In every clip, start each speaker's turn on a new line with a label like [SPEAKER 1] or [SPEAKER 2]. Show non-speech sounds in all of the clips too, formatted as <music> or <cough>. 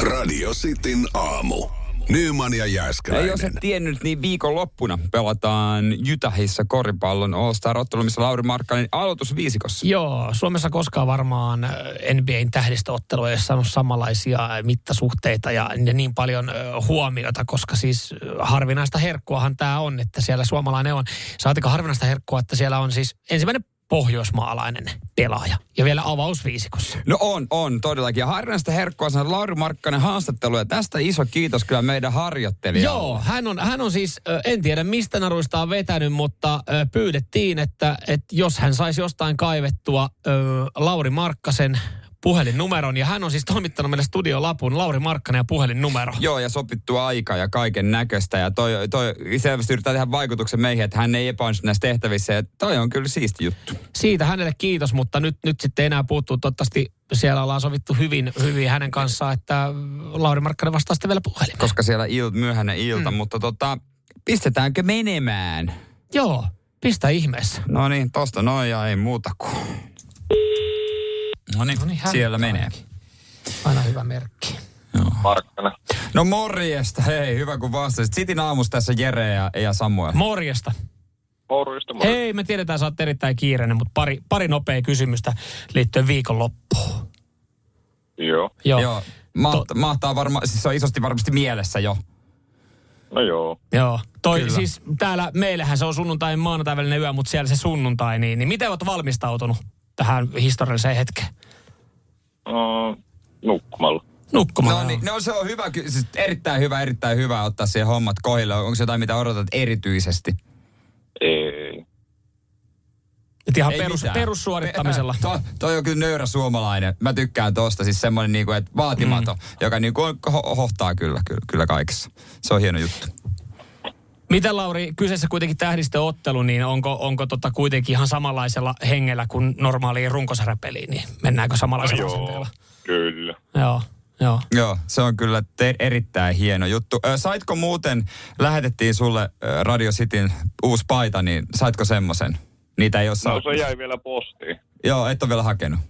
[SPEAKER 1] Radio Cityn aamu. Nyman ja
[SPEAKER 2] Ja jos et
[SPEAKER 1] Jääskeläinen.
[SPEAKER 2] tiennyt, niin viikonloppuna pelataan Jytähissä koripallon All-Star-ottelu, missä Lauri Markkanen aloitusviisikossa.
[SPEAKER 3] Joo, Suomessa koskaan varmaan äh, NBAn tähdistöottelu ei ole saanut samanlaisia äh, mittasuhteita ja ja niin paljon äh, huomiota, koska siis äh, harvinaista herkkuahan tämä on, että siellä suomalainen on. Saatika harvinaista herkkua, että siellä on siis ensimmäinen pohjoismaalainen pelaaja ja vielä avausviisikossa.
[SPEAKER 2] No on, on todellakin. Ja harvinaista herkkua sanoi Lauri Markkanen haastattelu ja tästä iso kiitos kyllä meidän harjoittelijalle.
[SPEAKER 3] Joo, hän on, hän on siis, ö, en tiedä mistä naruista on vetänyt, mutta ö, pyydettiin, että, että jos hän saisi jostain kaivettua ö, Lauri Markkasen puhelinnumeron, ja hän on siis toimittanut meille studiolapun Lauri Markkanen ja puhelinnumero.
[SPEAKER 2] Joo, ja sopittu aika ja kaiken näköistä. Ja toi, toi selvästi yrittää tehdä vaikutuksen meihin, että hän ei epäonnistu näissä tehtävissä. Ja toi on kyllä siisti juttu.
[SPEAKER 3] Siitä hänelle kiitos, mutta nyt, nyt sitten enää puuttuu toivottavasti siellä ollaan sovittu hyvin, hyvin hänen kanssaan, että Lauri Markkanen vastaa sitten vielä puhelimeen.
[SPEAKER 2] Koska siellä il, myöhäinen ilta, mm. mutta tota, pistetäänkö menemään?
[SPEAKER 3] Joo, pistä ihmeessä.
[SPEAKER 2] No niin, tosta noin ja ei muuta kuin. No niin,
[SPEAKER 3] Noniin, hän
[SPEAKER 2] siellä
[SPEAKER 3] tuleekin.
[SPEAKER 2] menee.
[SPEAKER 3] Aina hyvä merkki.
[SPEAKER 4] Markkana.
[SPEAKER 2] No morjesta, hei, hyvä kun vastasit. Sitin aamus tässä Jere ja, ja Samuel.
[SPEAKER 3] Morjesta.
[SPEAKER 4] Morjesta, morjesta.
[SPEAKER 3] Hei, me tiedetään, sä oot erittäin kiireinen, mutta pari, pari nopea kysymystä liittyen viikonloppuun.
[SPEAKER 4] Joo.
[SPEAKER 3] Joo.
[SPEAKER 2] Joo, maht, to... mahtaa varmaan, siis se on isosti varmasti mielessä jo.
[SPEAKER 4] No joo.
[SPEAKER 3] Joo. Toi
[SPEAKER 2] Kyllä.
[SPEAKER 3] Kyllä. siis täällä, meillähän se on sunnuntai ja maanantai välinen yö, mutta siellä se sunnuntai, niin, niin miten oot valmistautunut tähän historialliseen hetkeen?
[SPEAKER 4] Mm, nukkumalla.
[SPEAKER 3] Nukkumaan.
[SPEAKER 2] No, niin, no se on hyvä, ky- siis erittäin hyvä, erittäin hyvä ottaa siihen hommat kohille. Onko se jotain, mitä odotat erityisesti?
[SPEAKER 4] Ei.
[SPEAKER 3] Et ihan
[SPEAKER 2] Ei
[SPEAKER 3] perus,
[SPEAKER 2] mitään.
[SPEAKER 3] perussuorittamisella.
[SPEAKER 2] <laughs> To, toi on kyllä nöyrä suomalainen. Mä tykkään tosta, siis semmoinen niinku, että vaatimaton, mm. joka niinku on- ho- hohtaa kyllä, kyllä, kyllä kaikessa. Se on hieno juttu.
[SPEAKER 3] Miten Lauri, kyseessä kuitenkin tähdistöottelu, niin onko, onko tota kuitenkin ihan samanlaisella hengellä kuin normaaliin runkosarapeliin, niin mennäänkö samanlaisella asenteella?
[SPEAKER 4] Kyllä. No,
[SPEAKER 3] Joo, joo.
[SPEAKER 2] Joo, se on kyllä te- erittäin hieno juttu. Ö, saitko muuten, lähetettiin sulle ö, Radio Cityn uusi paita, niin saitko semmoisen? Niitä ei ole
[SPEAKER 4] No
[SPEAKER 2] saanut.
[SPEAKER 4] se jäi vielä postiin.
[SPEAKER 2] Joo, et ole vielä hakenut.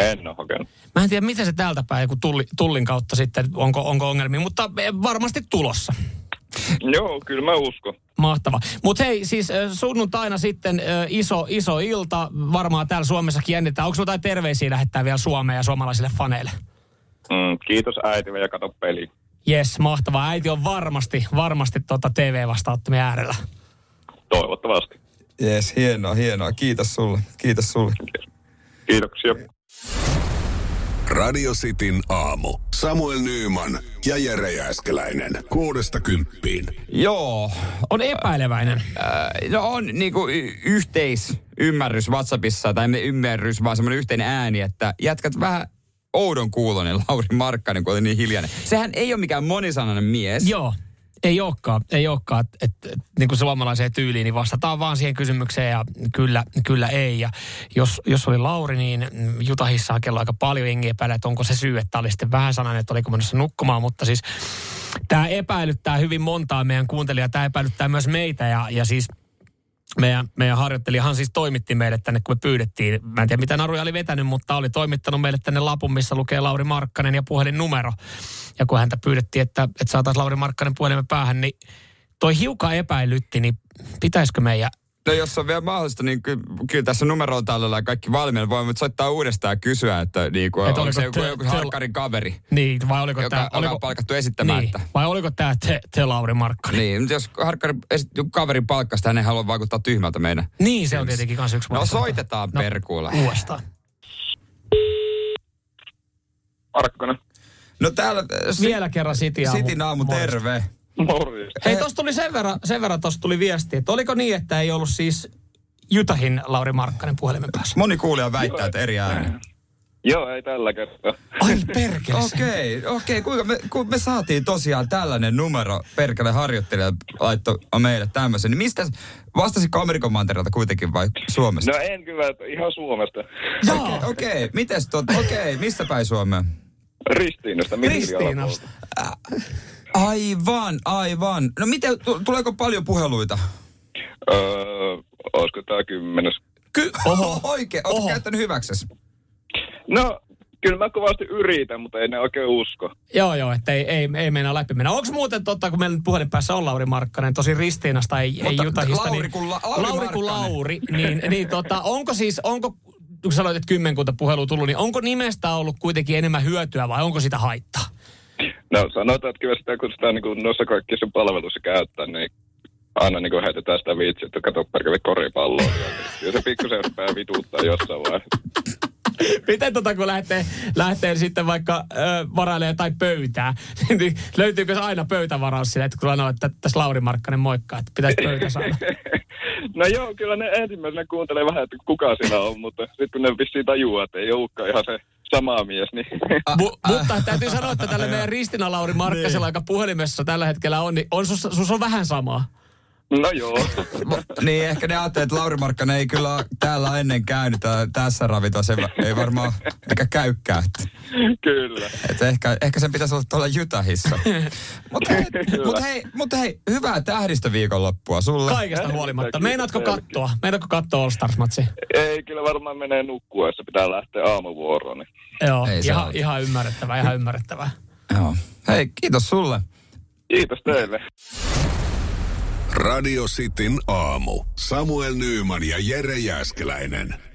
[SPEAKER 4] En ole hakenut. <laughs>
[SPEAKER 3] Mä en tiedä, miten se täältä päin, kun tulli, tullin kautta sitten, onko, onko ongelmia, mutta eh, varmasti tulossa.
[SPEAKER 4] Joo, kyllä mä uskon.
[SPEAKER 3] Mahtava. Mutta hei, siis eh, sunnuntaina sitten eh, iso, iso ilta, varmaan täällä Suomessakin jännittää. Onko sulla jotain terveisiä lähettää vielä Suomeen ja suomalaisille faneille?
[SPEAKER 4] Mm, kiitos äiti ja kato peli.
[SPEAKER 3] Jes, mahtavaa. Äiti on varmasti, varmasti tota TV-vastaattomien äärellä.
[SPEAKER 4] Toivottavasti.
[SPEAKER 2] Jees, hienoa, hienoa. Kiitos sulle. Kiitos sulle.
[SPEAKER 4] Kiitoksia.
[SPEAKER 1] Radio Cityn aamu. Samuel Nyyman ja Jere Jääskeläinen. Kuudesta kymppiin.
[SPEAKER 2] Joo,
[SPEAKER 3] On epäileväinen.
[SPEAKER 2] Äh, No on niinku y- yhteisymmärrys WhatsAppissa, tai ei ymmärrys, vaan semmoinen yhteinen ääni, että jätkät vähän oudon kuulonen Lauri Markkanen, kun oli niin hiljainen. Sehän ei ole mikään monisanainen mies.
[SPEAKER 3] Joo, ei olekaan, ei olekaan, että et, et, niin kuin suomalaiseen tyyliin, niin vastataan vaan siihen kysymykseen ja kyllä, kyllä ei. Ja jos, jos oli Lauri, niin mm, Jutahissa on kello aika paljon jengiä päällä, että onko se syy, että oli sitten vähän sanan, että oliko menossa nukkumaan, mutta siis tämä epäilyttää hyvin montaa meidän kuuntelijaa, tämä epäilyttää myös meitä ja, ja siis meidän, meidän harjoittelijahan siis toimitti meille tänne, kun me pyydettiin. Mä en tiedä, mitä Naruja oli vetänyt, mutta oli toimittanut meille tänne lapun, missä lukee Lauri Markkanen ja puhelinnumero. Ja kun häntä pyydettiin, että, että saataisiin Lauri Markkanen puhelimen päähän, niin toi hiukan epäilytti, niin pitäisikö meidän...
[SPEAKER 2] No jos on vielä mahdollista, niin ky- kyllä tässä numero on tällä lailla kaikki valmiina. Voimme soittaa uudestaan ja kysyä, että niinku,
[SPEAKER 3] Et
[SPEAKER 2] Et onko
[SPEAKER 3] oliko
[SPEAKER 2] se joku,
[SPEAKER 3] te-
[SPEAKER 2] joku
[SPEAKER 3] te-
[SPEAKER 2] harkkarin kaveri,
[SPEAKER 3] Niin, vai oliko
[SPEAKER 2] joka,
[SPEAKER 3] tämä...
[SPEAKER 2] joka
[SPEAKER 3] Oliko,
[SPEAKER 2] on palkattu esittämään,
[SPEAKER 3] niin,
[SPEAKER 2] että...
[SPEAKER 3] vai oliko tämä te, te, Lauri Markkanen?
[SPEAKER 2] Niin, mutta jos harkkari, esi- joku kaverin palkkasta, hän ei halua vaikuttaa tyhmältä meidän.
[SPEAKER 3] Niin, se on tietenkin kans yksi
[SPEAKER 2] No
[SPEAKER 3] vaihtoehto.
[SPEAKER 2] soitetaan
[SPEAKER 3] No,
[SPEAKER 2] perkuulla.
[SPEAKER 3] Uudestaan.
[SPEAKER 4] Markkana.
[SPEAKER 2] No täällä äh, Si-
[SPEAKER 3] Vielä kerran City aamu.
[SPEAKER 2] Sitin aamu,
[SPEAKER 3] Morjesta.
[SPEAKER 2] terve.
[SPEAKER 4] Morjesta.
[SPEAKER 3] Hei, tuossa tuli sen verran, sen verran tossa tuli viesti, että oliko niin, että ei ollut siis Jutahin Lauri Markkanen puhelimen päässä?
[SPEAKER 2] Moni kuulija väittää, että eri ääni.
[SPEAKER 4] Joo, ei tällä kertaa.
[SPEAKER 3] Ai perkele se.
[SPEAKER 2] Okei, okei. Kuinka me, kun me saatiin tosiaan tällainen numero, perkele harjoittelija laittoi meille tämmöisen, niin mistä, vastasitko Amerikan mantereelta kuitenkin vai Suomesta?
[SPEAKER 4] No en kyllä, että ihan Suomesta.
[SPEAKER 2] Okei, okei. Mites tot, okei, mistä päin Suomea?
[SPEAKER 4] Ristiinasta.
[SPEAKER 3] Ristiinasta.
[SPEAKER 2] Aivan, aivan. No miten, tu- tuleeko paljon puheluita?
[SPEAKER 4] Öö, olisiko tää kymmenes?
[SPEAKER 2] Ky- Oho. <laughs> Oikein, ootko
[SPEAKER 3] Oho.
[SPEAKER 2] käyttänyt hyväksesi?
[SPEAKER 4] No, Kyllä mä kovasti yritän, mutta en oikein usko.
[SPEAKER 3] Joo, joo, että ei, ei, ei meinaa läpi mennä. Onko muuten totta, kun meillä nyt puhelin päässä on Lauri Markkanen, tosi ristiinasta, ei, ei
[SPEAKER 2] Mutta
[SPEAKER 3] Jutahista.
[SPEAKER 2] Lauri
[SPEAKER 3] niin,
[SPEAKER 2] kun La- Lauri
[SPEAKER 3] Lauri, kun
[SPEAKER 2] Markkanen.
[SPEAKER 3] Lauri niin, niin tota, onko siis, onko, kun sanoit, että kymmenkunta puhelua tullut, niin onko nimestä ollut kuitenkin enemmän hyötyä vai onko sitä haittaa?
[SPEAKER 4] No sanotaan, että kyllä sitä, kun sitä niin kuin noissa kaikissa palveluissa käyttää, niin aina niin kuin heitetään sitä viitsiä, että kato perkele koripalloa. Ja se pikkusen rupeaa vituttaa jossain vaiheessa.
[SPEAKER 3] Miten tota, kun lähtee, lähtee sitten vaikka ö, varailemaan tai pöytää, <laughs> niin löytyykö se aina pöytävaraus sille, että kun sanoo, että tässä Lauri Markkanen moikkaa, että pitäisi pöytä saada?
[SPEAKER 4] No joo, kyllä ne ensimmäisenä kuuntelee vähän, että kuka siinä on, mutta sitten kun ne vissiin tajuaa, että ei olekaan ihan se sama mies, niin
[SPEAKER 3] Mu- mutta täytyy sanoa, että tällä meidän Ristina Lauri Markkasella, joka puhelimessa tällä hetkellä on, niin on sus, sus on vähän samaa.
[SPEAKER 4] no joo.
[SPEAKER 2] Mo- niin, ehkä ne ajattelee, että Lauri Markkanen ei kyllä ole täällä ennen käynyt tää- tässä ravintolassa. Ei, ei varmaan eikä käykään. Että,
[SPEAKER 4] Kyllä.
[SPEAKER 2] että ehkä, ehkä sen pitäisi olla tuolla Jytähissä. Mutta <laughs> hei,
[SPEAKER 4] Kyllä.
[SPEAKER 2] mut hei, mut hei, hyvää tähdistöviikonloppua sulle.
[SPEAKER 3] Kaikesta huolimatta. Meinaatko kattoa? Meinaatko kattoa All Stars-matsi?
[SPEAKER 4] Ei, kyllä varmaan menee nukkua, jos se pitää lähteä aamuvuoroon. Niin.
[SPEAKER 3] Joo,
[SPEAKER 2] Ei se
[SPEAKER 3] ihan,
[SPEAKER 2] auta.
[SPEAKER 3] ihan ymmärrettävää, ihan ymmärrettävää.
[SPEAKER 2] Joo. Hei, kiitos sulle.
[SPEAKER 4] Kiitos teille.
[SPEAKER 1] Radio Cityn aamu. Samuel Nyyman ja Jere Jäskeläinen.